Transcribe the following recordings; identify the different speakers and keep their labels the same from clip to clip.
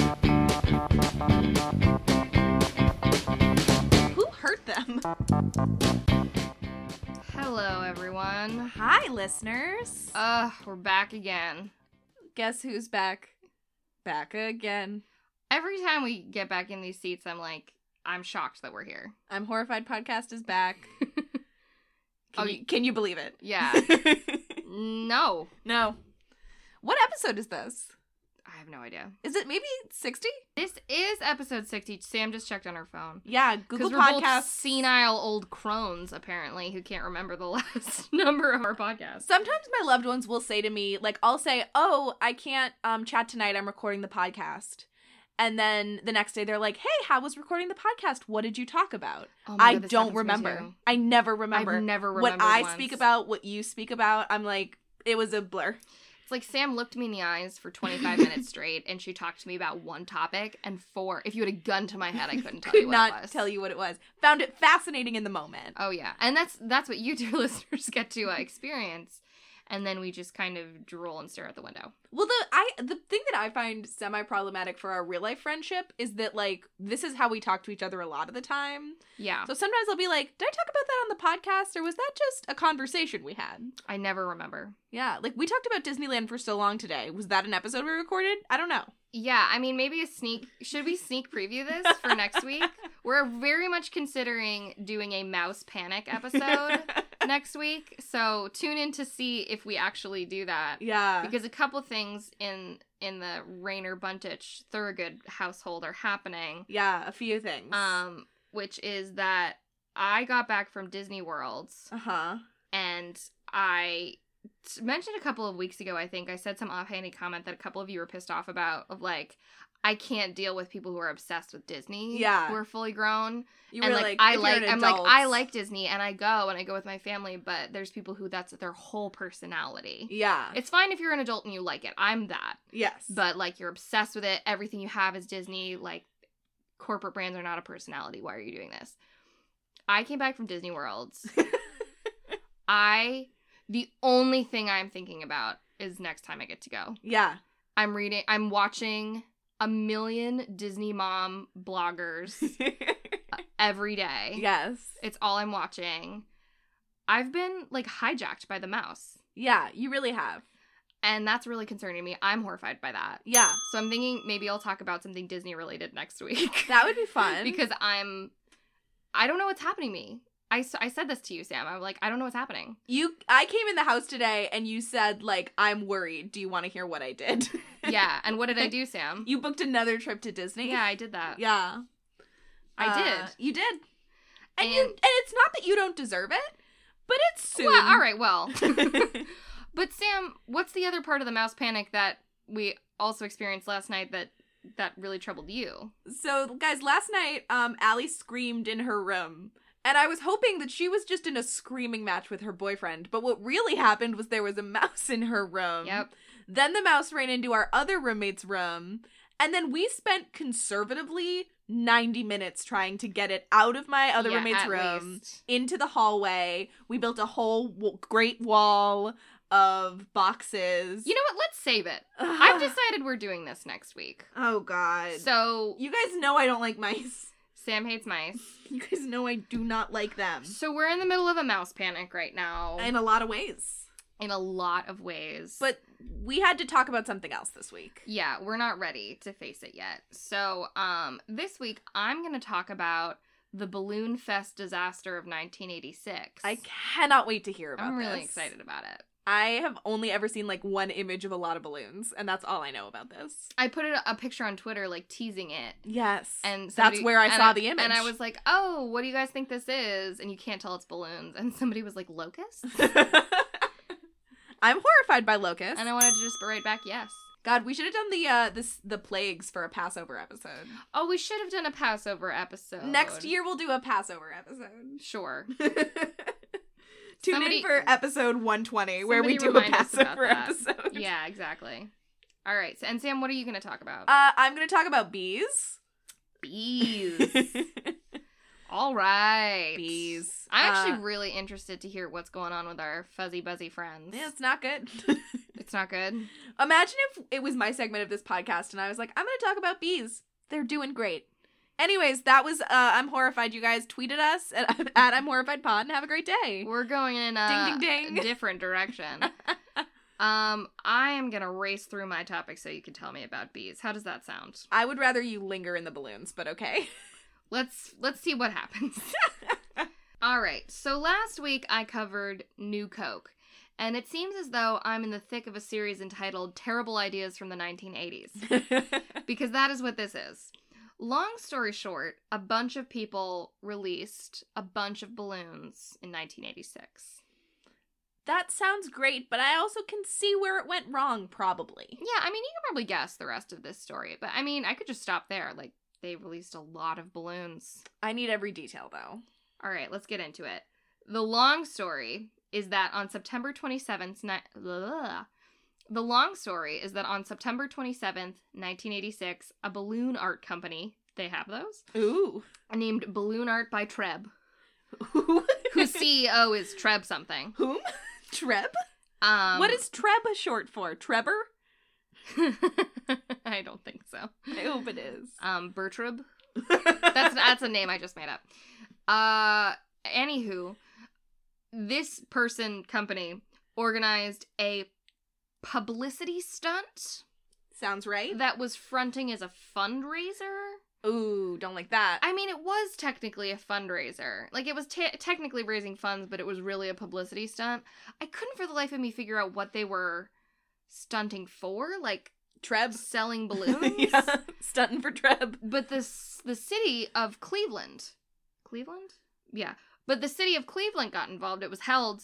Speaker 1: Hello, everyone.
Speaker 2: Hi, listeners.
Speaker 1: Uh, we're back again.
Speaker 2: Guess who's back? Back again.
Speaker 1: Every time we get back in these seats, I'm like, I'm shocked that we're here.
Speaker 2: I'm horrified. Podcast is back. can,
Speaker 1: Oh,
Speaker 2: you, can you believe it?
Speaker 1: Yeah. no,
Speaker 2: no. What episode is this?
Speaker 1: I have no idea.
Speaker 2: Is it maybe sixty?
Speaker 1: This is episode 60. Sam just checked on her phone.
Speaker 2: Yeah,
Speaker 1: Because
Speaker 2: Google
Speaker 1: we're both
Speaker 2: Podcasts.
Speaker 1: senile old crones, apparently, who can't remember the last number of our podcast.
Speaker 2: Sometimes my loved ones will say to me, like, I'll say, "Oh, I can't um, chat tonight. I'm recording the podcast." And then the next day, they're like, "Hey, how was recording the podcast? What did you talk about?"
Speaker 1: Oh my
Speaker 2: I
Speaker 1: God, this happens
Speaker 2: don't
Speaker 1: to me
Speaker 2: remember.
Speaker 1: too.
Speaker 2: I never
Speaker 1: I've
Speaker 2: remember.
Speaker 1: never
Speaker 2: what
Speaker 1: remembered
Speaker 2: I
Speaker 1: once.
Speaker 2: speak about, what you speak about, I'm like, it was a blur.
Speaker 1: It's like Sam looked me in the eyes for 25 minutes straight and she talked to me about one topic and four. If you had a gun to my head, I couldn't tell
Speaker 2: Could
Speaker 1: you what it
Speaker 2: not
Speaker 1: was.
Speaker 2: tell you what it was. Found it fascinating in the moment.
Speaker 1: Oh yeah. And that's that's what you two listeners get to uh, experience. And then we just kind of drool and stare out the window.
Speaker 2: Well, the I the thing that I find semi problematic for our real life friendship is that like this is how we talk to each other a lot of the time.
Speaker 1: Yeah.
Speaker 2: So sometimes I'll be like, "Did I talk about that on the podcast, or was that just a conversation we had?"
Speaker 1: I never remember.
Speaker 2: Yeah, like we talked about Disneyland for so long today. Was that an episode we recorded? I don't know.
Speaker 1: Yeah, I mean maybe a sneak should we sneak preview this for next week? We're very much considering doing a mouse panic episode next week. So tune in to see if we actually do that.
Speaker 2: yeah,
Speaker 1: because a couple things in in the Rayner Buntich Thurgood household are happening.
Speaker 2: yeah, a few things.
Speaker 1: Um, which is that I got back from Disney World
Speaker 2: uh huh.
Speaker 1: and I t- mentioned a couple of weeks ago, I think I said some offhanded comment that a couple of you were pissed off about of like. I can't deal with people who are obsessed with Disney.
Speaker 2: Yeah.
Speaker 1: who are fully grown.
Speaker 2: You
Speaker 1: and
Speaker 2: were
Speaker 1: like,
Speaker 2: if
Speaker 1: I
Speaker 2: you're
Speaker 1: like,
Speaker 2: an
Speaker 1: I'm like,
Speaker 2: adult-
Speaker 1: I like Disney, and I go and I go with my family. But there's people who that's their whole personality.
Speaker 2: Yeah.
Speaker 1: It's fine if you're an adult and you like it. I'm that.
Speaker 2: Yes.
Speaker 1: But like you're obsessed with it. Everything you have is Disney. Like corporate brands are not a personality. Why are you doing this? I came back from Disney World. I the only thing I'm thinking about is next time I get to go.
Speaker 2: yeah.
Speaker 1: I'm reading I'm watching a million Disney mom bloggers every day.
Speaker 2: yes.
Speaker 1: It's all I'm watching. I've been like hijacked by the mouse.
Speaker 2: Yeah, you really have.
Speaker 1: And that's really concerning me. I'm horrified by that.
Speaker 2: Yeah.
Speaker 1: So I'm thinking maybe I'll talk about something Disney related next week.
Speaker 2: That would be fun.
Speaker 1: because I'm I don't know what's happening to me. I, s- I said this to you, Sam. I'm like, I don't know what's happening.
Speaker 2: you I came in the house today and you said like I'm worried. Do you want to hear what I did?
Speaker 1: Yeah. And what did I do, Sam?
Speaker 2: you booked another trip to Disney?
Speaker 1: yeah, I did that.
Speaker 2: Yeah.
Speaker 1: I
Speaker 2: Uh,
Speaker 1: did.
Speaker 2: You did. And, you
Speaker 1: And-
Speaker 2: and it's not that you don't deserve it, but it's uh, soon.
Speaker 1: Well, all right, well. but Sam, what's the other part of the mouse panic that we also experienced last night that that really troubled you?
Speaker 2: so guys, last night um Allie screamed in her room. And I was hoping that she was just in a screaming match with her boyfriend, but what really happened was there was a mouse in her room.
Speaker 1: Yep.
Speaker 2: Then the mouse ran into our other roommate's room. And then we spent conservatively 90 minutes trying to get it out of my other
Speaker 1: Yeah,
Speaker 2: roommate's
Speaker 1: at
Speaker 2: room
Speaker 1: least.
Speaker 2: into the hallway. We built a whole w- great wall of boxes.
Speaker 1: You know what? Let's save it. I've decided we're doing this next week.
Speaker 2: Oh, God.
Speaker 1: So
Speaker 2: you guys know I don't like mice.
Speaker 1: Sam hates mice.
Speaker 2: You guys know I do not like them
Speaker 1: So we're in the middle of a mouse panic right now.
Speaker 2: Oh. in a lot of ways.
Speaker 1: in a lot of ways.
Speaker 2: But we had to talk about something else this week.
Speaker 1: yeah, we're not ready to face it yet. So, um this week I'm going to talk about the Balloon Fest disaster of 1986.
Speaker 2: I cannot wait to hear about
Speaker 1: I'm really
Speaker 2: this.
Speaker 1: excited about it.
Speaker 2: I have only ever seen like one image of a lot of balloons, and that's all I know about this.
Speaker 1: I put it, a picture on Twitter like teasing it.
Speaker 2: Yes.
Speaker 1: And somebody-
Speaker 2: that's where I
Speaker 1: and
Speaker 2: saw the image.
Speaker 1: And I was like, "Oh, what do you guys think this is?" And you can't tell it's balloons. And somebody was like, "Locusts?"
Speaker 2: I'm horrified by locusts.
Speaker 1: and I wanted to just write back, "Yes."
Speaker 2: God, we should have done the uh this the plagues for a Passover episode.
Speaker 1: Oh, we should have done a Passover episode.
Speaker 2: Next year we'll do a Passover episode.
Speaker 1: Sure.
Speaker 2: Tune
Speaker 1: Somebody-
Speaker 2: in for episode 120 where we
Speaker 1: Somebody
Speaker 2: do a
Speaker 1: remind us about
Speaker 2: Passover
Speaker 1: that.
Speaker 2: episode.
Speaker 1: yeah, exactly. All right. So, and Sam, what are you going to talk about?
Speaker 2: Uh, I'm gonna talk about bees.
Speaker 1: bees. All right.
Speaker 2: bees.
Speaker 1: I'm actually
Speaker 2: Uh,
Speaker 1: really interested to hear what's going on with our fuzzy buzzy friends.
Speaker 2: yeah, it's not good.
Speaker 1: It's not good.
Speaker 2: Imagine if it was my segment of this podcast and I was like, I'm going to talk about bees. They're doing great. Anyways, that was uh, I'm horrified. You guys tweeted us at, at I'm horrified pod and have a great day.
Speaker 1: We're going in a
Speaker 2: Ding, ding, ding.
Speaker 1: different direction. um, I am gonna race through my topic so you can tell me about bees. How does that sound?
Speaker 2: I would rather you linger in the balloons, but okay.
Speaker 1: Let's let's see what happens. All right. So last week I covered New Coke, and it seems as though I'm in the thick of a series entitled "Terrible Ideas from the 1980s." because that is what this is. Long story short, a bunch of people released a bunch of balloons in 1986.
Speaker 2: that sounds great, but I also can see where it went wrong probably.
Speaker 1: Yeah, I mean, you can probably guess the rest of this story, but I mean, I could just stop there. Like, they released a lot of balloons.
Speaker 2: I need every detail though.
Speaker 1: All right, let's get into it. The long story is that on September 27th, ni- blah. the long story is that on September 27th, 1986, a balloon art company, they have those,
Speaker 2: Ooh.
Speaker 1: named Balloon Art by Treb, whose CEO is Treb something.
Speaker 2: Whom? Treb?
Speaker 1: Um,
Speaker 2: what is Treb short for? Trevor?
Speaker 1: I don't think so.
Speaker 2: I hope it is.
Speaker 1: Um, Bertrib. That's that's a name I just made up. Uh, anywho, this person company organized a publicity stunt
Speaker 2: sounds right.
Speaker 1: that was fronting as a fundraiser.
Speaker 2: Ooh, don't like that.
Speaker 1: I mean, it was technically a fundraiser. Like it was te- technically raising funds, but it was really a publicity stunt. I couldn't for the life of me figure out what they were stunting for, like
Speaker 2: Treb.
Speaker 1: selling balloons.
Speaker 2: yeah, stunting for Treb.
Speaker 1: But the s- the city of Cleveland, Cleveland, yeah. But the city of Cleveland got involved. It was held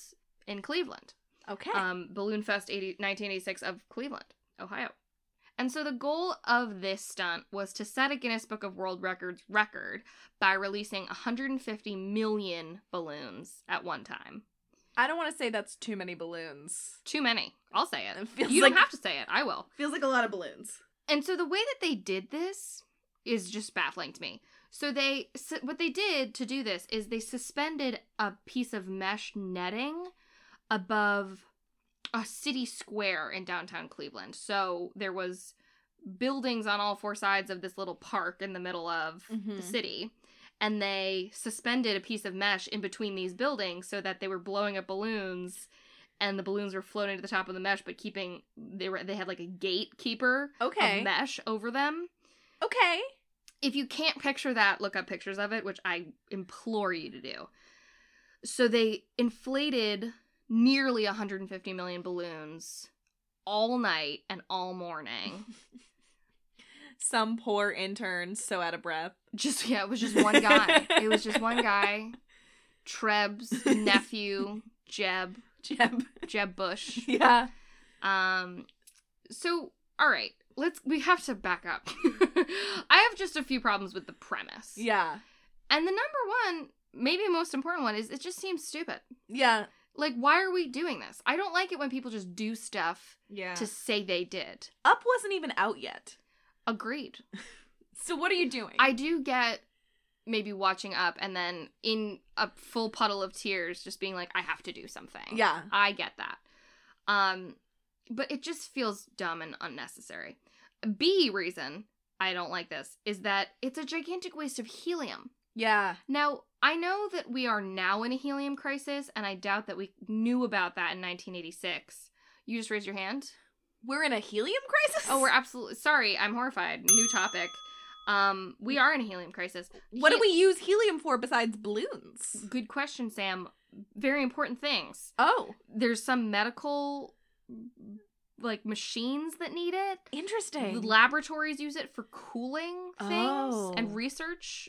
Speaker 1: in Cleveland,
Speaker 2: Okay.
Speaker 1: um, Balloon Fest 80, 1986 of Cleveland, Ohio. And so the goal of this stunt was to set a Guinness Book of World Records record by releasing 150 million balloons at one time.
Speaker 2: I don't want to say that's too many balloons.
Speaker 1: Too many. I'll say it.
Speaker 2: It feels
Speaker 1: You don't
Speaker 2: like-
Speaker 1: have to say it. I will.
Speaker 2: Feels like a lot of balloons.
Speaker 1: And so the way that they did this is just baffling to me. So they su- what they did to do this is they suspended a piece of mesh netting above a city square in downtown Cleveland. So there was buildings on all four sides of this little park in the middle of
Speaker 2: Mhm.
Speaker 1: the city. And they suspended a piece of mesh in between these buildings so that they were blowing up balloons and the balloons were floating to the top of the mesh but keeping they were they had like a gatekeeper
Speaker 2: Okay.
Speaker 1: of mesh over them.
Speaker 2: Okay.
Speaker 1: If you can't picture that, look up pictures of it, which I implore you to do. So they inflated nearly 150 million balloons all night and all morning.
Speaker 2: Some poor intern so out of breath.
Speaker 1: Just yeah, it was just one guy. it was just one guy. Treb's nephew, Jeb,
Speaker 2: Jeb.
Speaker 1: Jeb Bush.
Speaker 2: Yeah.
Speaker 1: Um so all right, let's we have to back up. I have just a few problems with the premise.
Speaker 2: Yeah.
Speaker 1: And the number one, maybe most important one is it just seems stupid.
Speaker 2: Yeah.
Speaker 1: Like why are we doing this? I don't like it when people just do stuff
Speaker 2: Yeah.
Speaker 1: to say they did.
Speaker 2: Up wasn't even out yet.
Speaker 1: Agreed.
Speaker 2: So what are you doing?
Speaker 1: I do get maybe watching up and then in a full puddle of tears just being like I have to do something.
Speaker 2: Yeah.
Speaker 1: I get that. Um but it just feels dumb and unnecessary. B reason I don't like this is that it's a gigantic waste of helium.
Speaker 2: Yeah.
Speaker 1: Now, I know that we are now in a helium crisis and I doubt that we knew about that in 1986. You just raised your hand?
Speaker 2: We're in a helium crisis?
Speaker 1: Oh, we're absolutely sorry. I'm horrified. New topic. Um we are in a helium crisis.
Speaker 2: What do
Speaker 1: He-
Speaker 2: we use helium for besides balloons?
Speaker 1: Good question, Sam. Very important things.
Speaker 2: Oh,
Speaker 1: There's some medical like machines that need it. The
Speaker 2: interesting.
Speaker 1: laboratories use it for cooling things
Speaker 2: Oh.
Speaker 1: and research.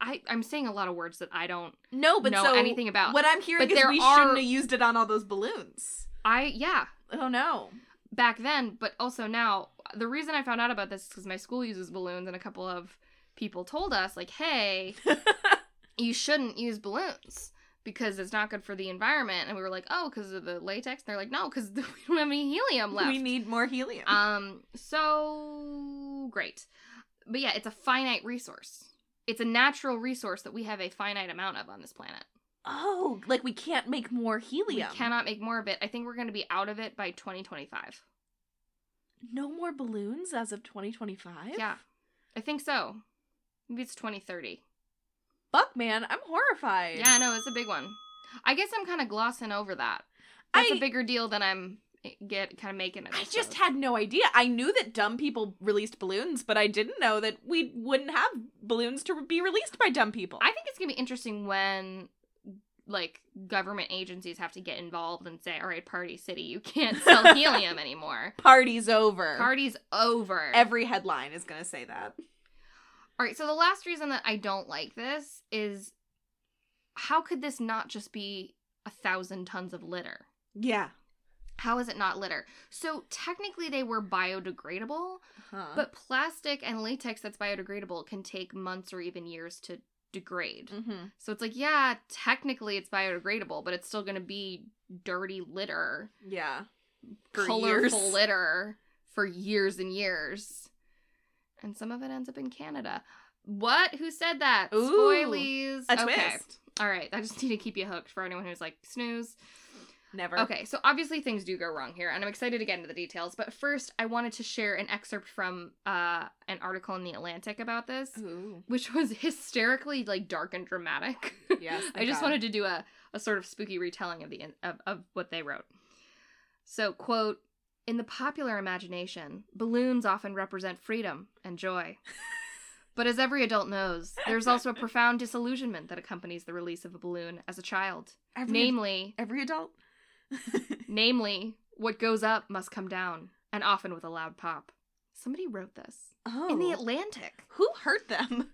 Speaker 1: I, I'm saying a lot of words that I don't
Speaker 2: no, but
Speaker 1: know
Speaker 2: so
Speaker 1: anything about.
Speaker 2: what I'm hearing
Speaker 1: But
Speaker 2: is
Speaker 1: there
Speaker 2: we
Speaker 1: are-
Speaker 2: shouldn't have used it on all those balloons.
Speaker 1: I yeah,
Speaker 2: Oh no.
Speaker 1: back then, but also now. The reason I found out about this is because my school uses balloons, and a couple of people told us like, "Hey, you shouldn't use balloons." Because it's not good for the environment, and we were like, "Oh, because of the latex." And they're like, "No, because we don't have any helium left."
Speaker 2: We need more helium.
Speaker 1: Um, so great. But yeah, it's a finite resource. It's a natural resource that we have a finite amount of on this planet.
Speaker 2: oh, like we can't make more helium.
Speaker 1: We cannot make more of it. I think we're going to be out of it by 2025.
Speaker 2: No more balloons as of 2025?
Speaker 1: Yeah. I think so. Maybe it's 2030.
Speaker 2: Fuck, man, I'm horrified.
Speaker 1: Yeah, no, it's a big one. I guess I'm kind of glossing over that. That's a
Speaker 2: I-
Speaker 1: bigger deal than I'm eh, get kind of making it.
Speaker 2: I
Speaker 1: this
Speaker 2: just
Speaker 1: of.
Speaker 2: had no idea. I knew that dumb people released balloons, but I didn't know that we wouldn't have balloons to be released by dumb people.
Speaker 1: I think it's gonna be interesting when like government agencies have to get involved and say, "All right, Party City, you can't sell helium anymore.
Speaker 2: Party's over.
Speaker 1: Party's over."
Speaker 2: Every headline is going to say that.
Speaker 1: All right, so the last reason that I don't like this is how could this not just be a thousand tons of litter?
Speaker 2: Yeah.
Speaker 1: How is it not litter? So technically, they were biodegradable,
Speaker 2: Uh-huh.
Speaker 1: but plastic and latex that's biodegradable can take months or even years to degrade.
Speaker 2: hmm
Speaker 1: So it's like, yeah, technically it's biodegradable, but it's still going to be dirty litter,
Speaker 2: yeah.
Speaker 1: colorful litter for years and years. And some of it ends up in Canada. What? Who said that?
Speaker 2: Ooh,
Speaker 1: Spoilies.
Speaker 2: A twist.
Speaker 1: All right. I just need to keep you hooked for anyone who's like, snooze.
Speaker 2: Never.
Speaker 1: Okay, so obviously things do go wrong here, and I'm excited to get into the details. But first, I wanted to share an excerpt from uh, an article in The Atlantic about this,
Speaker 2: Ooh.
Speaker 1: which was hysterically like dark and dramatic.
Speaker 2: Yes.
Speaker 1: I
Speaker 2: thank
Speaker 1: just
Speaker 2: God.
Speaker 1: wanted to do a, a sort of spooky retelling of the in- of, of what they wrote. So, quote, in the popular imagination, balloons often represent freedom and joy. but as every adult knows, there's also a profound disillusionment that accompanies the release of a balloon as a child.
Speaker 2: every,
Speaker 1: namely,
Speaker 2: every adult.
Speaker 1: namely, what goes up must come down, and often with a loud pop. Somebody wrote this
Speaker 2: Oh.
Speaker 1: in the Atlantic.
Speaker 2: Who hurt them?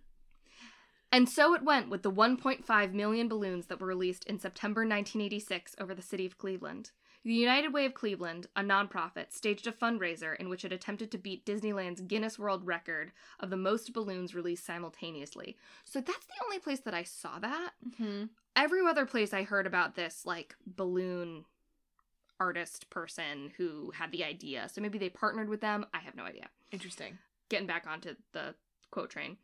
Speaker 1: And so it went with the 1.5 million balloons that were released in September 1986 over the city of Cleveland. The United Way of Cleveland, a nonprofit, staged a fundraiser in which it attempted to beat Disneyland's Guinness World Record of the most balloons released simultaneously. So that's the only place that I saw that.
Speaker 2: Mm-hmm.
Speaker 1: Every other place I heard about this, like, balloon artist person who had the idea. So maybe they partnered with them. I have no idea
Speaker 2: Interesting.
Speaker 1: getting back onto the quote train.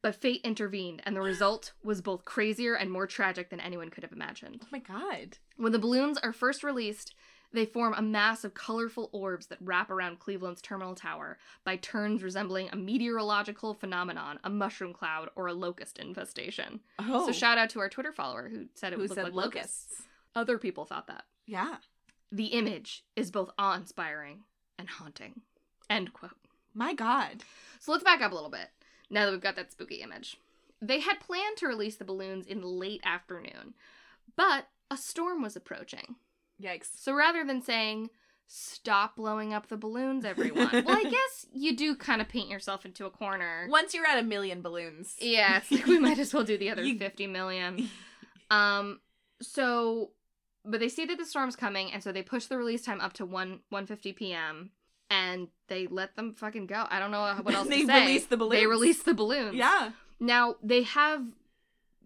Speaker 1: But fate intervened, and the result was both crazier and more tragic than anyone could have imagined.
Speaker 2: Oh my God.
Speaker 1: When the balloons are first released, they form a mass of colorful orbs that wrap around Cleveland's terminal tower, by turns resembling a meteorological phenomenon, a mushroom cloud, or a locust infestation.
Speaker 2: Oh.
Speaker 1: So, shout out to our Twitter follower who said it
Speaker 2: Who
Speaker 1: looked
Speaker 2: said
Speaker 1: like locusts.
Speaker 2: locusts?
Speaker 1: Other people thought that.
Speaker 2: Yeah.
Speaker 1: The image is both awe inspiring and haunting. End quote.
Speaker 2: My God.
Speaker 1: So let's back up a little bit now that we've got that spooky image. They had planned to release the balloons in the late afternoon, but a storm was approaching.
Speaker 2: Yikes.
Speaker 1: So rather than saying, stop blowing up the balloons, everyone, well, I guess you do kind of paint yourself into a corner.
Speaker 2: Once you're at a million balloons.
Speaker 1: Yeah, it's like we might as well do the other
Speaker 2: You-
Speaker 1: 50 million. Um, so, but they see that the storm's coming, and so they push the release time up to 1 1.50 p.m., and they let them fucking go. I don't know what else
Speaker 2: They
Speaker 1: to say.
Speaker 2: release the
Speaker 1: They
Speaker 2: balloons.
Speaker 1: release the balloons.
Speaker 2: Yeah.
Speaker 1: Now, they have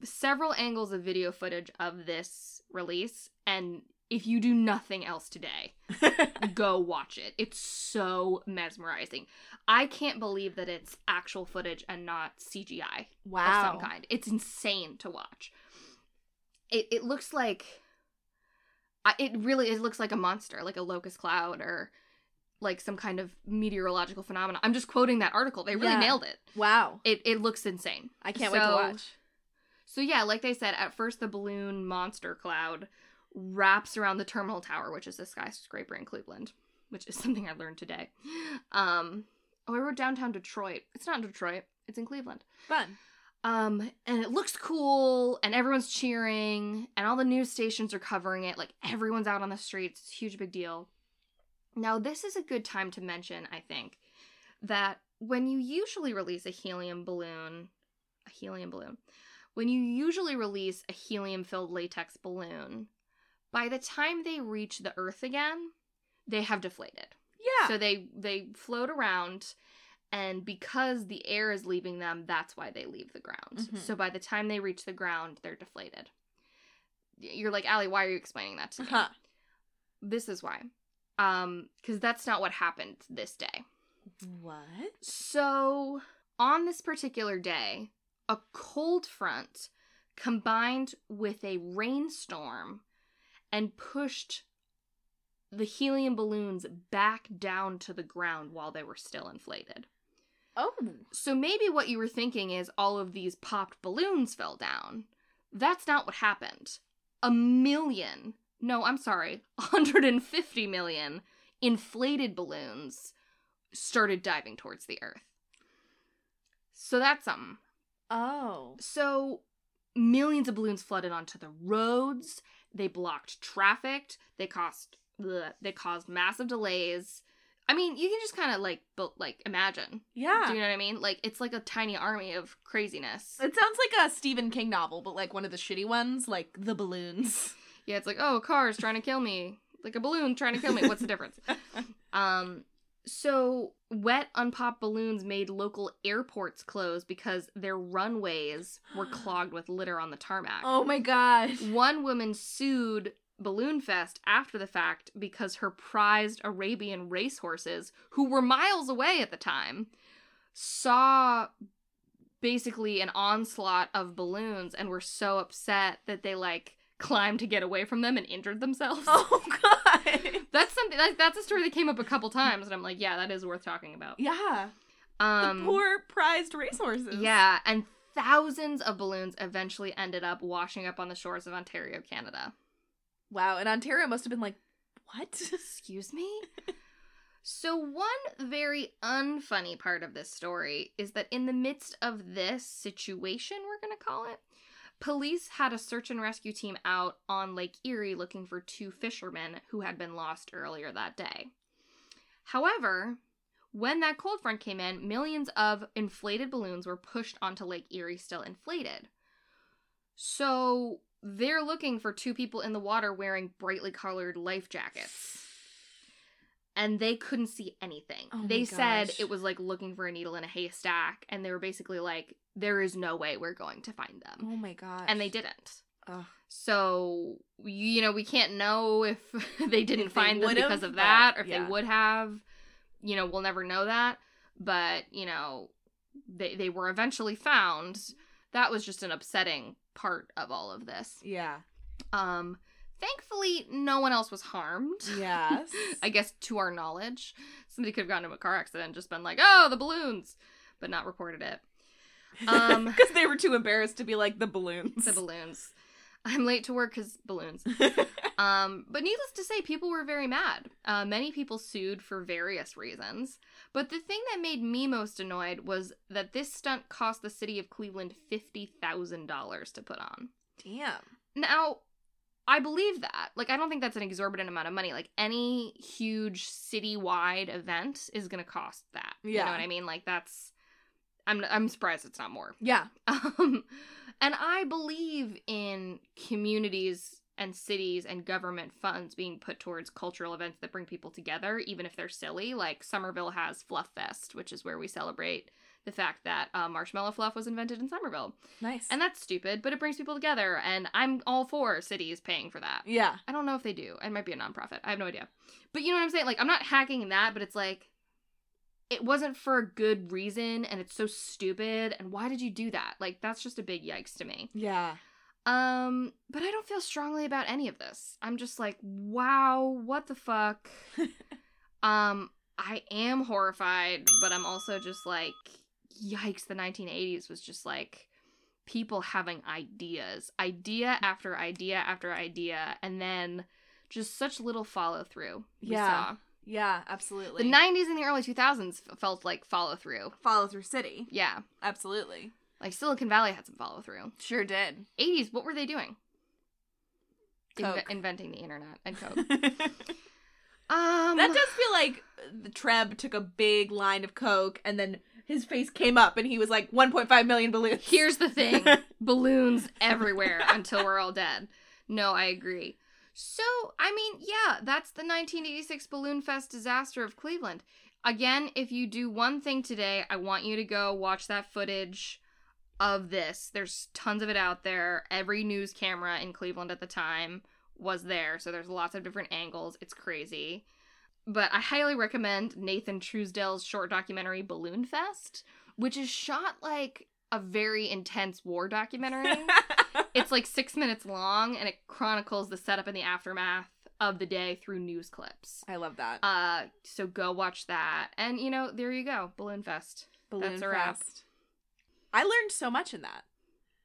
Speaker 1: several angles of video footage of this release, and if you do nothing else today, go watch it. It's so mesmerizing. I can't believe that it's actual footage and not CGI
Speaker 2: wow.
Speaker 1: of some kind. It's insane to watch. It it looks like I, it really it looks like a monster, like a locust cloud or like some kind of meteorological phenomenon. I'm just quoting that article. They really
Speaker 2: Yeah.
Speaker 1: nailed it.
Speaker 2: Wow.
Speaker 1: It it looks insane.
Speaker 2: I can't wait to
Speaker 1: So-
Speaker 2: watch.
Speaker 1: So yeah, like they said, at first the balloon monster cloud wraps around the terminal tower, which is a skyscraper in Cleveland, which is something I learned today. Um, oh, I wrote downtown Detroit. It's not in Detroit. It's in Cleveland.
Speaker 2: Fun.
Speaker 1: Um, and it looks cool, and everyone's cheering, and all the news stations are covering it. Like everyone's out on the streets. It's a huge big deal. Now, this is a good time to mention, I think, that when you usually release a helium balloon, a helium balloon, when you usually release a helium filled latex balloon, by the time they reach the earth again, they have deflated.
Speaker 2: Yeah.
Speaker 1: So they they float around and because the air is leaving them, that's why they leave the ground.
Speaker 2: Mhm.
Speaker 1: So by the time they reach the ground, they're deflated. Y- You're like, "Allie, why are you explaining that to me?"
Speaker 2: Huh.
Speaker 1: This is why. Um cuz that's not what happened this day.
Speaker 2: What?
Speaker 1: So, on this particular day, a cold front combined with a rainstorm and pushed the helium balloons back down to the ground while they were still inflated.
Speaker 2: Oh.
Speaker 1: So maybe what you were thinking is all of these popped balloons fell down. That's not what happened. A million, no, I'm sorry, 150 million inflated balloons started diving towards the earth. So that's something.
Speaker 2: Oh.
Speaker 1: So millions of balloons flooded onto the roads. They blocked traffic. They cost bleh, they caused massive delays. I mean, you can just kind of like bu- like imagine. Do
Speaker 2: Yeah.
Speaker 1: you know what I mean? Like it's like a tiny army of craziness.
Speaker 2: It sounds like a Stephen King novel, but like one of the shitty ones, like The Balloons.
Speaker 1: Yeah, it's like, oh, a car's trying to kill me. Like a balloon trying to kill me. What's the difference? Um so wet unpopped balloons made local airports close because their runways were clogged with litter on the tarmac.
Speaker 2: oh my god.
Speaker 1: One woman sued Balloon Fest after the fact because her prized Arabian racehorses, who were miles away at the time, saw basically an onslaught of balloons and were so upset that they like climbed to get away from them and injured themselves.
Speaker 2: Oh god.
Speaker 1: That's something that, that's a story that came up a couple times and I'm like, yeah, that is worth talking about.
Speaker 2: yeah.
Speaker 1: Um
Speaker 2: the poor prized racehorses.
Speaker 1: Yeah, and thousands of balloons eventually ended up washing up on the shores of Ontario, Canada.
Speaker 2: Wow. And Ontario must have been like, what?
Speaker 1: Excuse me? so, one very unfunny part of this story is that in the midst of this situation, we're going to call it, police had a search and rescue team out on Lake Erie looking for two fishermen who had been lost earlier that day. However, when that cold front came in, millions of inflated balloons were pushed onto Lake Erie, still inflated. So they're looking for two people in the water wearing brightly colored life jackets. And they couldn't see anything.
Speaker 2: Oh my
Speaker 1: they said
Speaker 2: gosh.
Speaker 1: it was like looking for a needle in a haystack. And they were basically like, there is no way we're going to find them.
Speaker 2: Oh my god.
Speaker 1: And they didn't.
Speaker 2: Ugh.
Speaker 1: So you know we can't know if they didn't
Speaker 2: If they
Speaker 1: find them
Speaker 2: would've,
Speaker 1: because of
Speaker 2: but,
Speaker 1: that, or if
Speaker 2: yeah.
Speaker 1: they would have. You know we'll never know that, but you know they they were eventually found. That was just an upsetting part of all of this.
Speaker 2: Yeah.
Speaker 1: Um, thankfully no one else was harmed.
Speaker 2: Yes.
Speaker 1: I guess to our knowledge, somebody could have gotten into a car accident and just been like, "Oh, the balloons," but not reported it. um,
Speaker 2: because they were too embarrassed to be like the balloons.
Speaker 1: The balloons. I'm late to work because balloons.
Speaker 2: balloons.
Speaker 1: Um, but needless to say, people were very mad. Uh, many people sued for various reasons. But the thing that made me most annoyed was that this stunt cost the city of Cleveland $50,000 to put on.
Speaker 2: Damn.
Speaker 1: Now, I believe that. Like, I don't think that's an exorbitant amount of money. Like, any huge citywide event is going to cost that. You
Speaker 2: Yeah.
Speaker 1: know what I mean? Like, that's. I'm, I'm surprised it's not more.
Speaker 2: Yeah.
Speaker 1: Um, and I believe in communities and cities and government funds being put towards cultural events that bring people together, even if they're silly. Like Somerville has Fluff Fest, which is where we celebrate the fact that uh, marshmallow fluff was invented in Somerville.
Speaker 2: Nice.
Speaker 1: And that's stupid, but it brings people together, and I'm all for cities paying for that.
Speaker 2: yeah.
Speaker 1: I don't know if they do. It might be a nonprofit. I have no idea. But you know what I'm saying? Like, I'm not hacking that, but it's like, it wasn't for a good reason and it's so stupid. And why did you do that? Like, that's just a big yikes to me.
Speaker 2: Yeah.
Speaker 1: Um, but I don't feel strongly about any of this. I'm just like, wow, what the fuck? um, I am horrified, but I'm also just like, yikes, the 1980s was just like people having ideas, idea after idea after idea, and then just such little follow through.
Speaker 2: Yeah,
Speaker 1: Yeah.
Speaker 2: Yeah.
Speaker 1: The
Speaker 2: Absolutely.
Speaker 1: 90s and the early 2000s f- felt like follow through.
Speaker 2: follow through city.
Speaker 1: Yeah.
Speaker 2: Absolutely.
Speaker 1: Like Silicon Valley had some follow through.
Speaker 2: Sure did.
Speaker 1: 80s, what were they doing? Inve-
Speaker 2: Coke.
Speaker 1: inventing the internet and coke.
Speaker 2: that
Speaker 1: Um,
Speaker 2: does feel like the Treb took a big line of coke, and then his face came up, and he was like 1.5 million balloons.
Speaker 1: here's the thing: balloons everywhere until we're all dead. No, I agree. So, I mean, yeah, that's the 1986 Balloon Fest disaster of Cleveland. Again, if you do one thing today, I want you to go watch that footage of this. There's tons of it out there. Every news camera in Cleveland at the time was there, so there's lots of different angles. It's crazy. But I highly recommend Nathan Truesdale's short documentary Balloon Fest, which is shot like a very intense war documentary it's like six minutes long and it chronicles the setup and the aftermath of the day through news clips.
Speaker 2: I love that.
Speaker 1: Uh, so go watch that. And you know, there you go, Balloon Fest.
Speaker 2: Balloon
Speaker 1: That's a wrap.
Speaker 2: Fest. I learned so much in that.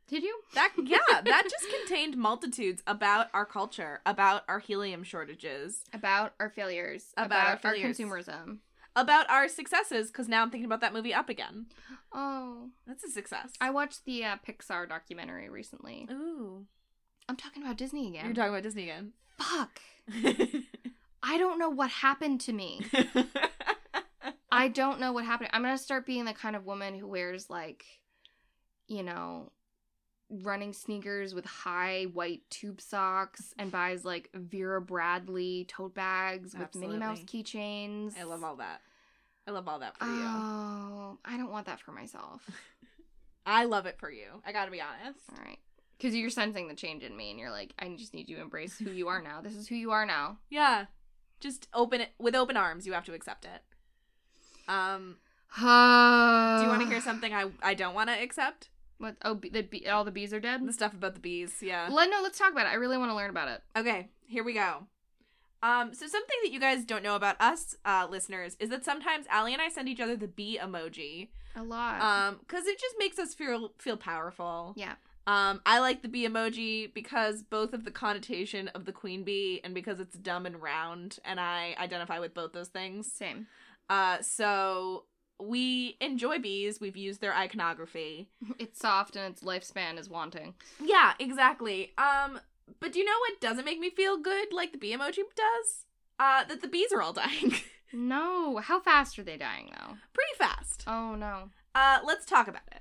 Speaker 1: Did you?
Speaker 2: That yeah, that just contained multitudes about our culture, about our helium shortages,
Speaker 1: About our failures.
Speaker 2: About our failures.
Speaker 1: consumerism.
Speaker 2: about our successes. Because now I'm thinking about that movie Up again.
Speaker 1: Oh.
Speaker 2: That's a success.
Speaker 1: I watched the uh, Pixar documentary recently.
Speaker 2: Ooh,
Speaker 1: I'm talking about Disney again.
Speaker 2: you're talking about Disney again.
Speaker 1: Fuck. I don't know what happened to me. I don't know what happened. I'm gonna start being the kind of woman who wears like, you know, running sneakers with high white tube socks and buys like Vera Bradley tote bags with Minnie Mouse keychains.
Speaker 2: I love all that. I love all that for you.
Speaker 1: Oh, I don't want that for myself.
Speaker 2: I love it for you. I gotta be honest.
Speaker 1: All right. Because you're sensing the change in me, and you're like, I just need you to embrace who you are now. This is who you are now.
Speaker 2: Yeah. Just open it with open arms. You have to accept it. Um, do you want to hear something I I don't want to accept?
Speaker 1: What? Oh, be- the bee, all the bees are dead.
Speaker 2: The stuff about the bees. Yeah.
Speaker 1: Let no. Let's talk about it. I really want to learn about it.
Speaker 2: Okay, here we go. Um, so something that you guys don't know about us, uh, listeners, is that sometimes Allie and I send each other the bee emoji,
Speaker 1: A lot.
Speaker 2: um, because it just makes us feel feel powerful.
Speaker 1: Yeah.
Speaker 2: Um, I like the bee emoji because both of the connotation of the queen bee and because it's dumb and round, and I identify with both those things.
Speaker 1: Same.
Speaker 2: Uh, so we enjoy bees. We've used their iconography.
Speaker 1: It's soft and its lifespan is wanting.
Speaker 2: Yeah, exactly. Um, but do you know what doesn't make me feel good like the bee emoji does? Uh, that the bees are all dying
Speaker 1: No. How fast are they dying though?
Speaker 2: pretty fast.
Speaker 1: Oh no.
Speaker 2: Uh, let's talk about it.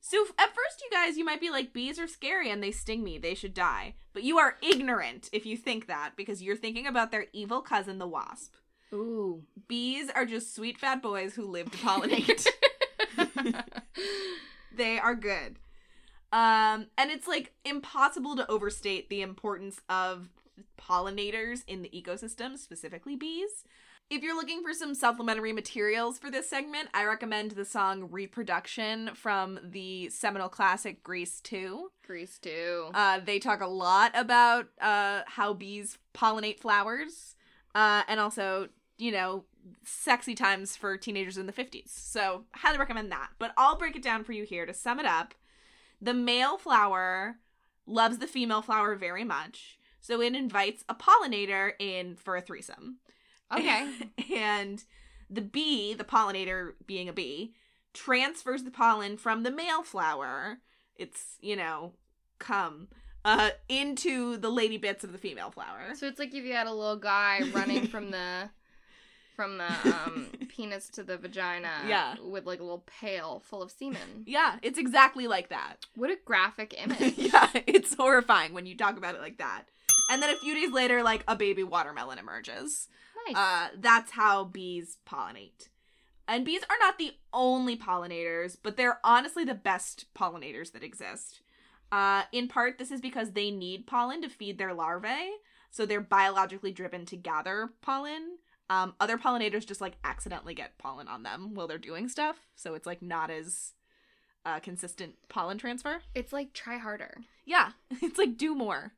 Speaker 2: So f- at first, you guys, you might be like, bees are scary and they sting me. They should die. But you are ignorant if you think that because you're thinking about their evil cousin, the wasp.
Speaker 1: Ooh.
Speaker 2: Bees are just sweet fat boys who live to pollinate. they are good. Um, and it's like impossible to overstate the importance of pollinators in the ecosystem, specifically bees. If you're looking for some supplementary materials for this segment, I recommend the song Reproduction from the seminal classic Grease 2.
Speaker 1: Grease too.
Speaker 2: Uh, they talk a lot about uh, how bees pollinate flowers uh, and also, you know, sexy times for teenagers in the 50s. So, highly recommend that. But I'll break it down for you here to sum it up. The male flower loves the female flower very much. So, it invites a pollinator in for a threesome.
Speaker 1: okay.
Speaker 2: and the bee, the pollinator being a bee, transfers the pollen from the male flower, it's, you know, cum, uh, into the lady bits of the female flower.
Speaker 1: so it's like if you had a little guy running from the from the um penis to the vagina
Speaker 2: Yeah.
Speaker 1: with like a little pail full of semen.
Speaker 2: Yeah, it's exactly like that.
Speaker 1: What a graphic image.
Speaker 2: yeah, it's horrifying when you talk about it like that. And then a few days later, like a baby watermelon emerges.
Speaker 1: Nice.
Speaker 2: Uh, that's how bees pollinate. And bees are not the only pollinators, but they're honestly the best pollinators that exist. Uh, in part, this is because they need pollen to feed their larvae, so they're biologically driven to gather pollen. Um, other pollinators just like accidentally get pollen on them while they're doing stuff, so it's like not as uh, consistent pollen transfer.
Speaker 1: it's like try harder.
Speaker 2: Yeah, it's like do more.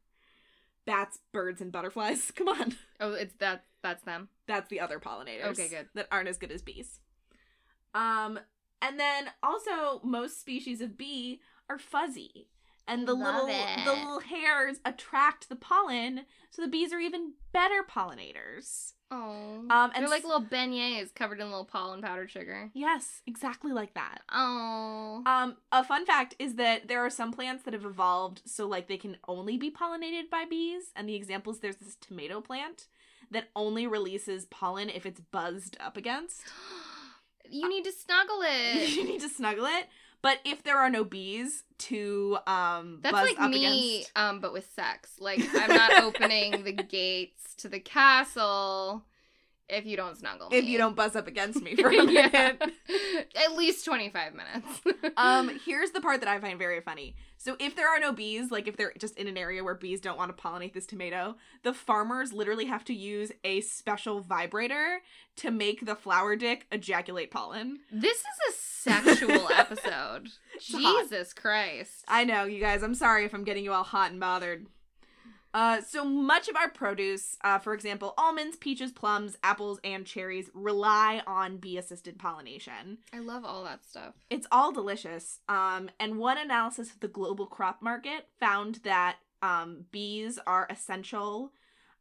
Speaker 2: Bats, birds, and butterflies. Come on.
Speaker 1: Oh, it's that that's them.
Speaker 2: That's the other pollinators.
Speaker 1: Okay, good.
Speaker 2: That aren't as good as bees. Um, and then also most species of bee are fuzzy, and the
Speaker 1: Love
Speaker 2: little
Speaker 1: it.
Speaker 2: the little hairs attract the pollen, so the bees are even better pollinators.
Speaker 1: Oh.
Speaker 2: Um, and
Speaker 1: They're like
Speaker 2: s-
Speaker 1: little beignets covered in little pollen powdered sugar.
Speaker 2: yes, exactly like that.
Speaker 1: Oh.
Speaker 2: Um, a fun fact is that there are some plants that have evolved so like they can only be pollinated by bees, and the examples there's this tomato plant that only releases pollen if it's buzzed up against.
Speaker 1: you need to snuggle it.
Speaker 2: you need to snuggle it. But if there are no bees to um
Speaker 1: That's
Speaker 2: buzz
Speaker 1: like
Speaker 2: up
Speaker 1: me,
Speaker 2: against,
Speaker 1: um, but with sex. Like I'm not opening the gates to the castle if you don't snuggle me.
Speaker 2: if you don't buzz up against me for a minute.
Speaker 1: Yeah. At least 25 minutes.
Speaker 2: Um, here's the part that I find very funny. So if there are no bees, like if they're just in an area where bees don't want to pollinate this tomato, the farmers literally have to use a special vibrator to make the flower dick ejaculate pollen.
Speaker 1: this is a sexual episode.
Speaker 2: hot.
Speaker 1: Jesus Christ.
Speaker 2: I know, you guys, I'm sorry if I'm getting you all hot and bothered. Uh, so much of our produce, uh, for example, almonds, peaches, plums, apples, and cherries, rely on bee assisted pollination.
Speaker 1: I love all that stuff.
Speaker 2: It's all delicious. Um, and one analysis of the global crop market found that um, bees are essential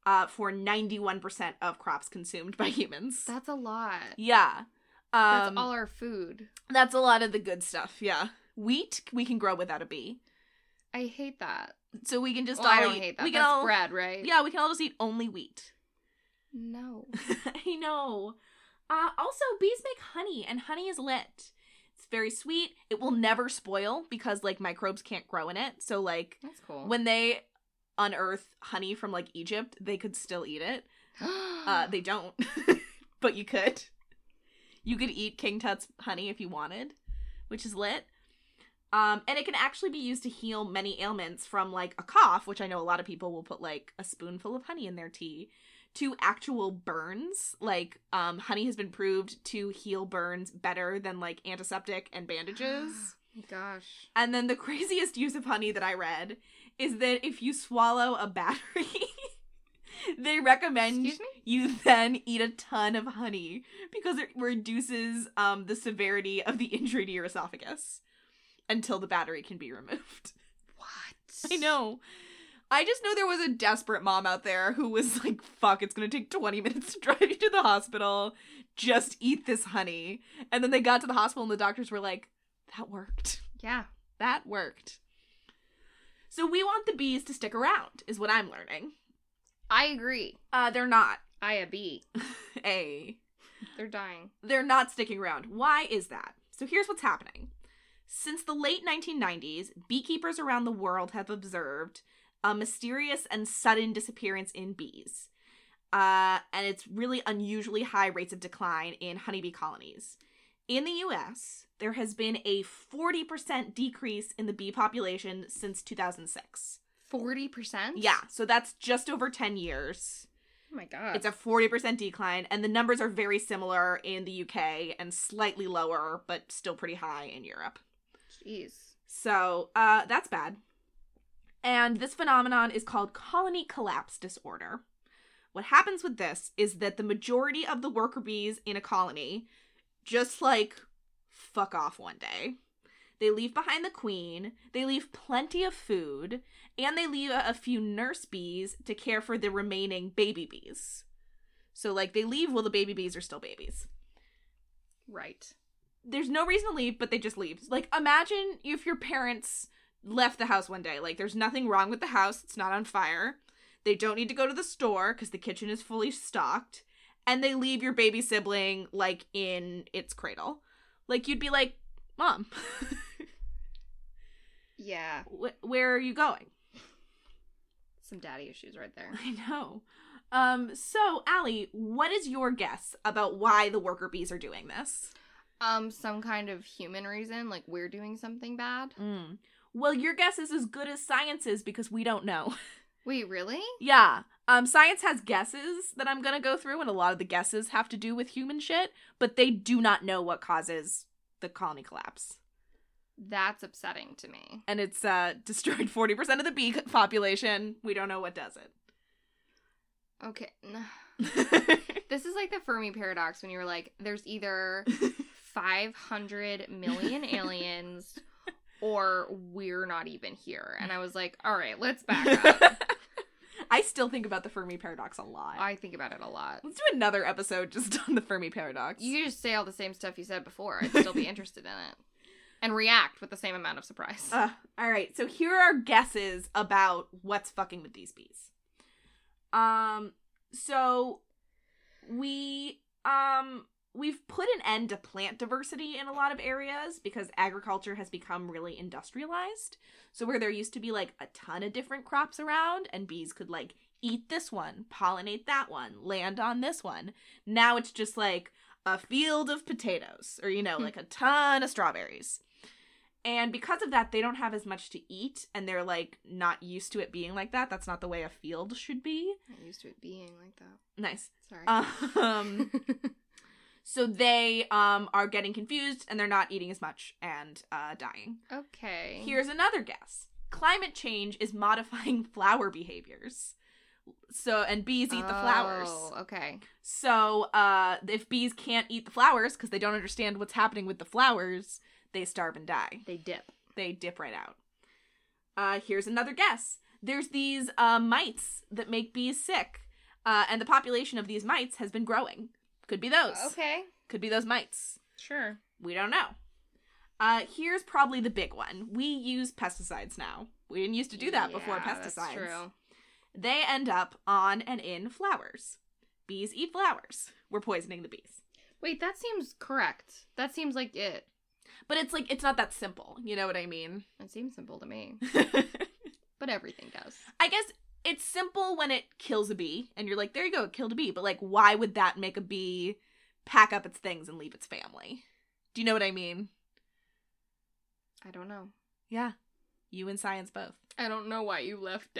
Speaker 2: uh, for 91% of crops consumed by humans.
Speaker 1: That's a lot.
Speaker 2: yeah.
Speaker 1: That's
Speaker 2: Um,
Speaker 1: all our food.
Speaker 2: that's a lot of the good stuff. Yeah. Wheat, we can grow without a bee.
Speaker 1: I hate that.
Speaker 2: So we can just
Speaker 1: Well,
Speaker 2: all
Speaker 1: I don't
Speaker 2: eat-
Speaker 1: hate that.
Speaker 2: We can
Speaker 1: That's
Speaker 2: all,
Speaker 1: bread, right?
Speaker 2: Yeah, we can all just eat only wheat.
Speaker 1: No.
Speaker 2: I know. Uh, also, bees make honey, and honey is lit. It's very sweet. It will never spoil because like microbes can't grow in it. So like
Speaker 1: That's cool.
Speaker 2: when they unearth honey from like Egypt, they could still eat it. Uh, they don't, but you could. You could eat King Tut's honey if you wanted, which is lit. Um, and it can actually be used to heal many ailments from like a cough, which I know a lot of people will put like a spoonful of honey in their tea, to actual burns. Like um, honey has been proved to heal burns better than like antiseptic and bandages.
Speaker 1: Oh My Gosh.
Speaker 2: And then the craziest use of honey that I read is that if you swallow a battery, they recommend
Speaker 1: Excuse me?
Speaker 2: you then eat a ton of honey because it reduces um, the severity of the injury to your esophagus until the battery can be removed.
Speaker 1: What?
Speaker 2: I know. I just know there was a desperate mom out there who was like, fuck, it's gonna take 20 minutes to drive you to the hospital. Just eat this honey. And then they got to the hospital and the doctors were like, that worked.
Speaker 1: Yeah.
Speaker 2: That worked. So we want the bees to stick around, is what I'm learning.
Speaker 1: I agree.
Speaker 2: Uh, they're not.
Speaker 1: I a bee.
Speaker 2: A.
Speaker 1: They're dying.
Speaker 2: They're not sticking around. Why is that? So here's what's happening. Since the late 1990s, beekeepers around the world have observed a mysterious and sudden disappearance in bees. Uh, and it's really unusually high rates of decline in honeybee colonies. In the US, there has been a 40% decrease in the bee population since 2006.
Speaker 1: Forty percent.
Speaker 2: Yeah, so that's just over 10 years.
Speaker 1: Oh my god.
Speaker 2: It's a 40% decline, and the numbers are very similar in the UK and slightly lower, but still pretty high in Europe.
Speaker 1: jeez.
Speaker 2: So uh, that's bad. And this phenomenon is called colony collapse disorder. What happens with this is that the majority of the worker bees in a colony just like fuck off one day. They leave behind the queen, they leave plenty of food, and they leave a a few nurse bees to care for the remaining baby bees. So, like, they leave while the baby bees are still babies
Speaker 1: Right.
Speaker 2: there's no reason to leave, but they just leave. Like, imagine if your parents left the house one day. Like, there's nothing wrong with the house, it's not on fire. They don't need to go to the store because the kitchen is fully stocked. And they leave your baby sibling, like, in its cradle. Like, you'd be like, Mom,
Speaker 1: Yeah.
Speaker 2: wh- where are you going?
Speaker 1: Some daddy issues right there.
Speaker 2: I know. Um, so, Allie, what is your guess about why the worker bees are doing this?
Speaker 1: Um, some kind of human reason, like we're doing something bad.
Speaker 2: Mm. Well, your guess is as good as science is because we don't know.
Speaker 1: Wait, really?
Speaker 2: Yeah. Um, science has guesses that I'm gonna go through, and a lot of the guesses have to do with human shit, but they do not know what causes the colony collapse.
Speaker 1: That's upsetting to me.
Speaker 2: And it's uh, destroyed 40% of the bee population. We don't know what does
Speaker 1: Okay. n-
Speaker 2: it.
Speaker 1: This is like the Fermi paradox when you were like, there's either 500 million aliens or we're not even here. And I was like, all right, let's back up.
Speaker 2: I still think about the Fermi paradox a lot.
Speaker 1: I think about it a lot.
Speaker 2: Let's do another episode just on the Fermi paradox.
Speaker 1: You could just say all the same stuff you said before. I'd still be interested in it and react with the same amount of surprise.
Speaker 2: Uh, all right, so here are guesses about what's fucking with these bees. Um, so we um we've put an end to plant diversity in a lot of areas because agriculture has become really industrialized. So where there used to be like a ton of different crops around and bees could like eat this one, pollinate that one, land on this one. Now it's just like a field of potatoes or you know,
Speaker 1: Hmm.
Speaker 2: like a ton of strawberries. And because of that, they don't have as much to eat and they're like not used to it being like that. That's not the way a field should be.
Speaker 1: I'm used to it being like that.
Speaker 2: Nice.
Speaker 1: Sorry.
Speaker 2: Um so they um are getting confused and they're not eating as much and uh dying.
Speaker 1: okay.
Speaker 2: Here's another guess. climate change is modifying flower behaviors. So and bees eat the flowers.
Speaker 1: Oh, Okay.
Speaker 2: So uh, if bees can't eat the flowers because they don't understand what's happening with the flowers, they starve and die.
Speaker 1: They dip.
Speaker 2: They dip right out. Uh, here's another guess. There's these uh, mites that make bees sick, uh, and the population of these mites has been growing. Could be those.
Speaker 1: Okay.
Speaker 2: Could be those mites.
Speaker 1: Sure.
Speaker 2: We don't know. Uh, here's probably the big one. We use pesticides now. We didn't used to do that before
Speaker 1: Yeah,
Speaker 2: pesticides.
Speaker 1: that's true.
Speaker 2: They end up on and in flowers. Bees eat flowers. We're poisoning the bees.
Speaker 1: Wait, that seems correct. That seems like it.
Speaker 2: But it's like it's not that simple. You know what I mean?
Speaker 1: It seems simple to me,
Speaker 2: I
Speaker 1: but everything does.
Speaker 2: guess it's simple when it kills a bee and you're like, there you go, it killed a bee. But like why would that make a bee pack up its things and leave its family? Do you know what I mean?
Speaker 1: I don't know.
Speaker 2: Yeah. You and science both.
Speaker 1: I don't know why you left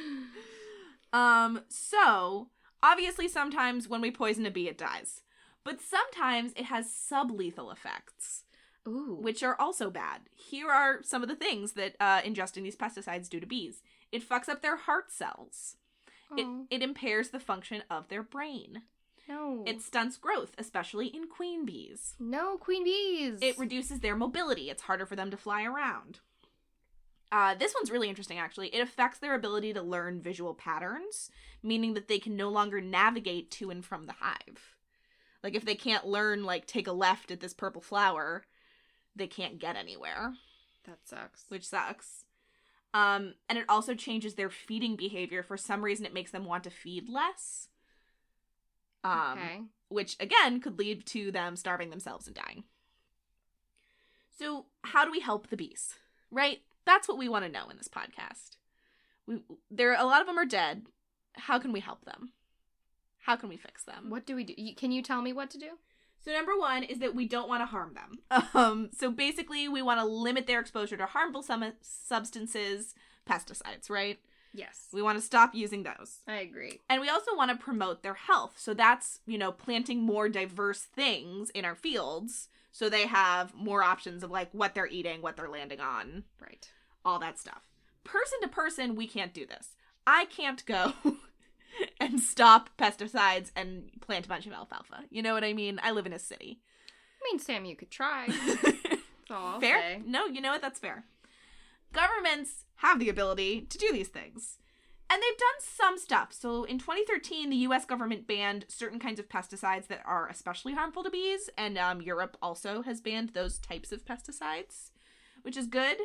Speaker 2: um, so obviously sometimes when we poison a bee it dies. But sometimes it has sublethal effects.
Speaker 1: Ooh.
Speaker 2: which are also bad. Here are some of the things that uh, ingesting these pesticides do to bees it fucks up their heart cells,
Speaker 1: Oh,
Speaker 2: it, it impairs the function of their brain,
Speaker 1: no.
Speaker 2: it stunts growth, especially in queen bees.
Speaker 1: no queen bees.
Speaker 2: It reduces their mobility, it's harder for them to fly around. Uh, this one's really interesting, actually. It affects their ability to learn visual patterns, meaning that they can no longer navigate to and from the hive. Like, if they can't learn, like, take a left at this purple flower, they can't get anywhere.
Speaker 1: that sucks.
Speaker 2: which sucks. Um, and it also changes their feeding behavior. For some reason, it makes them want to feed less, um,
Speaker 1: okay.
Speaker 2: which again could lead to them starving themselves and dying. So, how do we help the bees? Right? That's what we want to know in this podcast. We there a lot of them are dead. How can we help them? How can we fix them?
Speaker 1: What do we do? You- Can you tell me what to do?
Speaker 2: So number one is that we don't want to harm them. Um, so basically, we want to limit their exposure to harmful sum- substances, pesticides, right?
Speaker 1: Yes.
Speaker 2: We want to stop using those,
Speaker 1: I agree.
Speaker 2: and we also want to promote their health. So that's you know planting more diverse things in our fields, so they have more options of like what they're eating, what they're landing on,
Speaker 1: Right.
Speaker 2: all that stuff. Person to person, we can't do this. I can't go and stop pesticides and plant a bunch of alfalfa. You know what I mean? I live in a city.
Speaker 1: I mean, Sam, you could try. That's all I'll
Speaker 2: fair.
Speaker 1: say.
Speaker 2: No, you know what? That's fair. Governments have the ability to do these things. And they've done some stuff. So in 2013, the US government banned certain kinds of pesticides that are especially harmful to bees. And um, Europe also has banned those types of pesticides, which is good.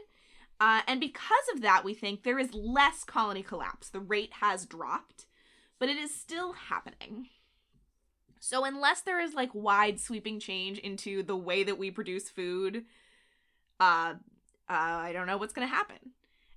Speaker 2: Uh, and because of that, we think there is less colony collapse. The rate has dropped, but it is still happening. So, unless there is like wide sweeping change into the way that we produce food, uh, uh, I don't know what's going to happen.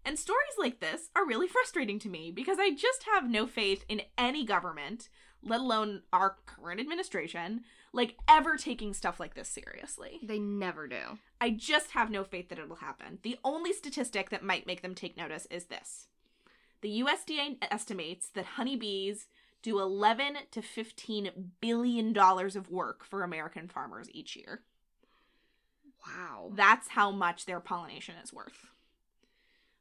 Speaker 2: And stories like this are really frustrating to me because I just have no faith in any government, let alone our current administration, like ever taking stuff like this seriously.
Speaker 1: They never do.
Speaker 2: I just have no faith that it'll happen. The only statistic that might make them take notice is this the USDA estimates that honeybees do 11 to 15 billion dollars of work for American farmers each year.
Speaker 1: Wow.
Speaker 2: That's how much their pollination is worth.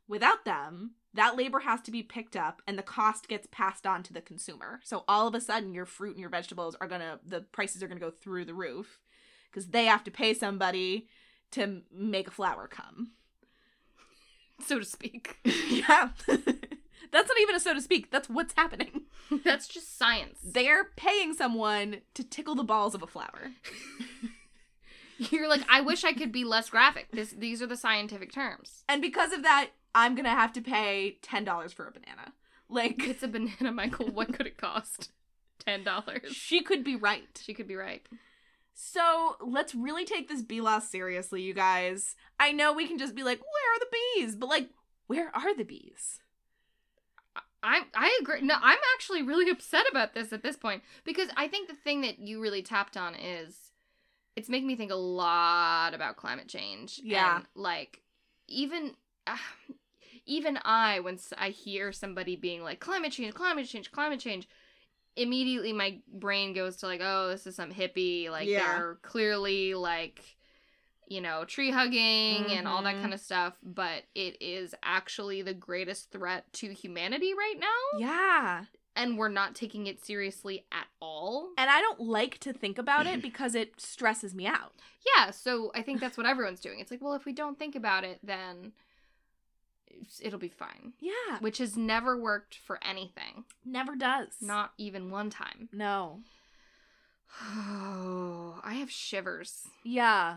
Speaker 2: Without them, that labor has to be picked up and the cost gets passed on to the consumer. So all of a sudden your fruit and your vegetables are going to the prices are going to go through the roof cuz they have to pay somebody to m- make a flower come.
Speaker 1: so to speak.
Speaker 2: yeah. that's not even a so to speak. That's what's happening.
Speaker 1: That's just science.
Speaker 2: They're paying someone to tickle the balls of a flower.
Speaker 1: You're like, I wish I could be less graphic. This, these are the scientific terms.
Speaker 2: And because of that, I'm going to have to pay $10 for a banana. Like
Speaker 1: It's a banana, Michael. What could it cost? Ten dollars.
Speaker 2: she could be right.
Speaker 1: She could be right.
Speaker 2: So let's really take this bee loss seriously, you guys. I know we can just be like, where are the bees? But like, where are the bees?
Speaker 1: I I agree. No, I'm actually really upset about this at this point because I think the thing that you really tapped on is it's making me think a lot about climate change.
Speaker 2: Yeah.
Speaker 1: and, like even uh, even I when s- I hear somebody being like climate change, climate change, climate change, immediately my brain goes to like, oh, this is some hippie. Like
Speaker 2: Yeah.
Speaker 1: they're clearly like you know, tree hugging and all that
Speaker 2: Mhm.
Speaker 1: kind of stuff, but it is actually the greatest threat to humanity right now,
Speaker 2: Yeah.
Speaker 1: and we're not taking it seriously at all.
Speaker 2: And I don't like to think about it because it stresses me out.
Speaker 1: Yeah, so I think that's what everyone's doing. It's like, well, if we don't think about it, then it's- it'll be fine,
Speaker 2: Yeah.
Speaker 1: which has never worked for anything,
Speaker 2: Never does.
Speaker 1: not even one time.
Speaker 2: No.
Speaker 1: Oh, I have shivers.
Speaker 2: Yeah.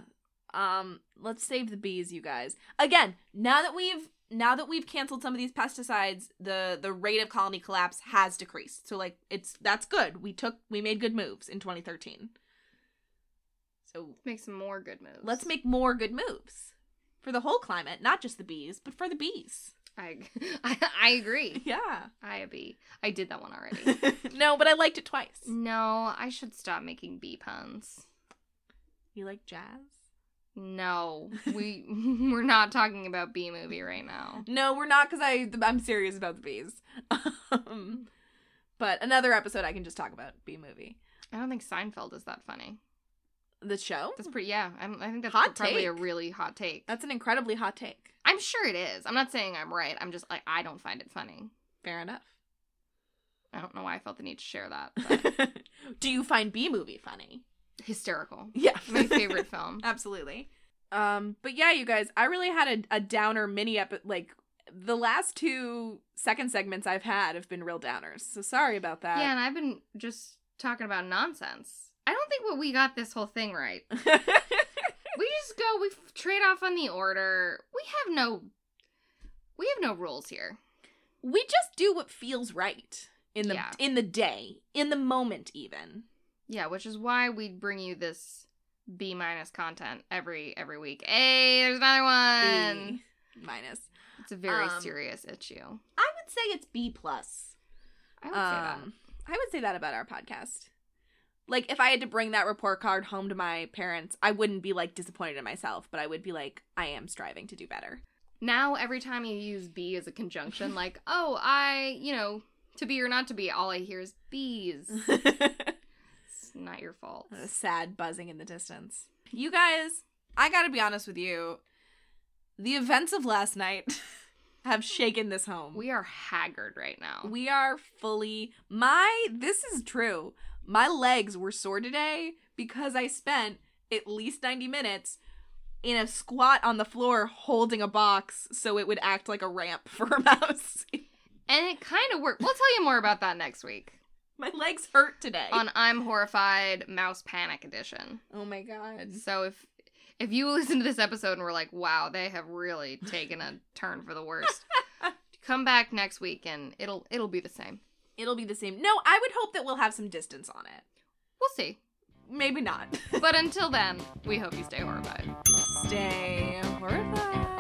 Speaker 2: Um, let's save the bees, you guys. Again, now that we've now that we've canceled some of these pesticides, the the rate of colony collapse has decreased. So like it's that's good. We took we made good moves in 2013. So
Speaker 1: Make some more good moves.
Speaker 2: let's make more good moves for the whole climate, not just the bees, but for the bees.
Speaker 1: I, I, I agree.
Speaker 2: Yeah.
Speaker 1: I a bee. I did that one already.
Speaker 2: no, but I liked it twice.
Speaker 1: no, I should stop making bee puns.
Speaker 2: You like jazz?
Speaker 1: No, we we're not talking about bee movie right now.
Speaker 2: No, we're not cuz I I'm serious about the bees. um, but another episode I can just talk about bee movie.
Speaker 1: I don't think Seinfeld is that funny.
Speaker 2: The show?
Speaker 1: That's pretty. Yeah, I'm, I think that's
Speaker 2: Hot
Speaker 1: probably a
Speaker 2: take.
Speaker 1: really hot take.
Speaker 2: That's an incredibly hot take.
Speaker 1: I'm sure it is. I'm not saying I'm right. I'm just like I don't find it funny.
Speaker 2: Fair enough.
Speaker 1: I don't know why I felt the need to share that. But
Speaker 2: Do you find B movie funny?
Speaker 1: hysterical.
Speaker 2: Yeah.
Speaker 1: My favorite film.
Speaker 2: Uh, Absolutely. Um, but yeah, you guys, I really had a, a downer mini epi- like the last two second segments I've had have been real downers. So sorry about that.
Speaker 1: Yeah, and I've been just talking about nonsense. I don't think what we got this whole thing right. we just go we f- trade off on the order we have no we have no rules here
Speaker 2: we just do what feels right in the
Speaker 1: Yeah.
Speaker 2: in the day, in the moment even.
Speaker 1: yeah which is why we bring you this b minus content every every week hey there's another one
Speaker 2: B minus.
Speaker 1: it's a very
Speaker 2: Um,
Speaker 1: serious issue
Speaker 2: I would say it's B plus.
Speaker 1: i would say
Speaker 2: Um, I would say that about our podcast. Like, if I had to bring that report card home to my parents, I wouldn't be like disappointed in myself, but I would be like, I am striving to do better.
Speaker 1: that now every time you use b as a conjunction like oh i you know to be or not to be all i hear is bees it's not your fault
Speaker 2: A sad buzzing in the distance. You guys, I gotta be honest with you. The events of last night have shaken this home.
Speaker 1: we are haggard right now
Speaker 2: We are fully my this is true. My legs were sore today because I spent at least 90 minutes in a squat on the floor holding a box so it would act like a ramp for a mouse.
Speaker 1: and it kind of worked we'll tell you more about that next week
Speaker 2: my legs hurt today.
Speaker 1: on I'm Horrified Mouse Panic Edition.
Speaker 2: oh my god.
Speaker 1: So if if you listen to this episode and we're like, wow, they have really taken a turn for the worst, come back next week and it'll it'll be the same.
Speaker 2: It'll be the same. No, I would hope that we'll have some distance on it.
Speaker 1: We'll see.
Speaker 2: Maybe not.
Speaker 1: But until then, we hope you stay horrified.
Speaker 2: Stay horrified.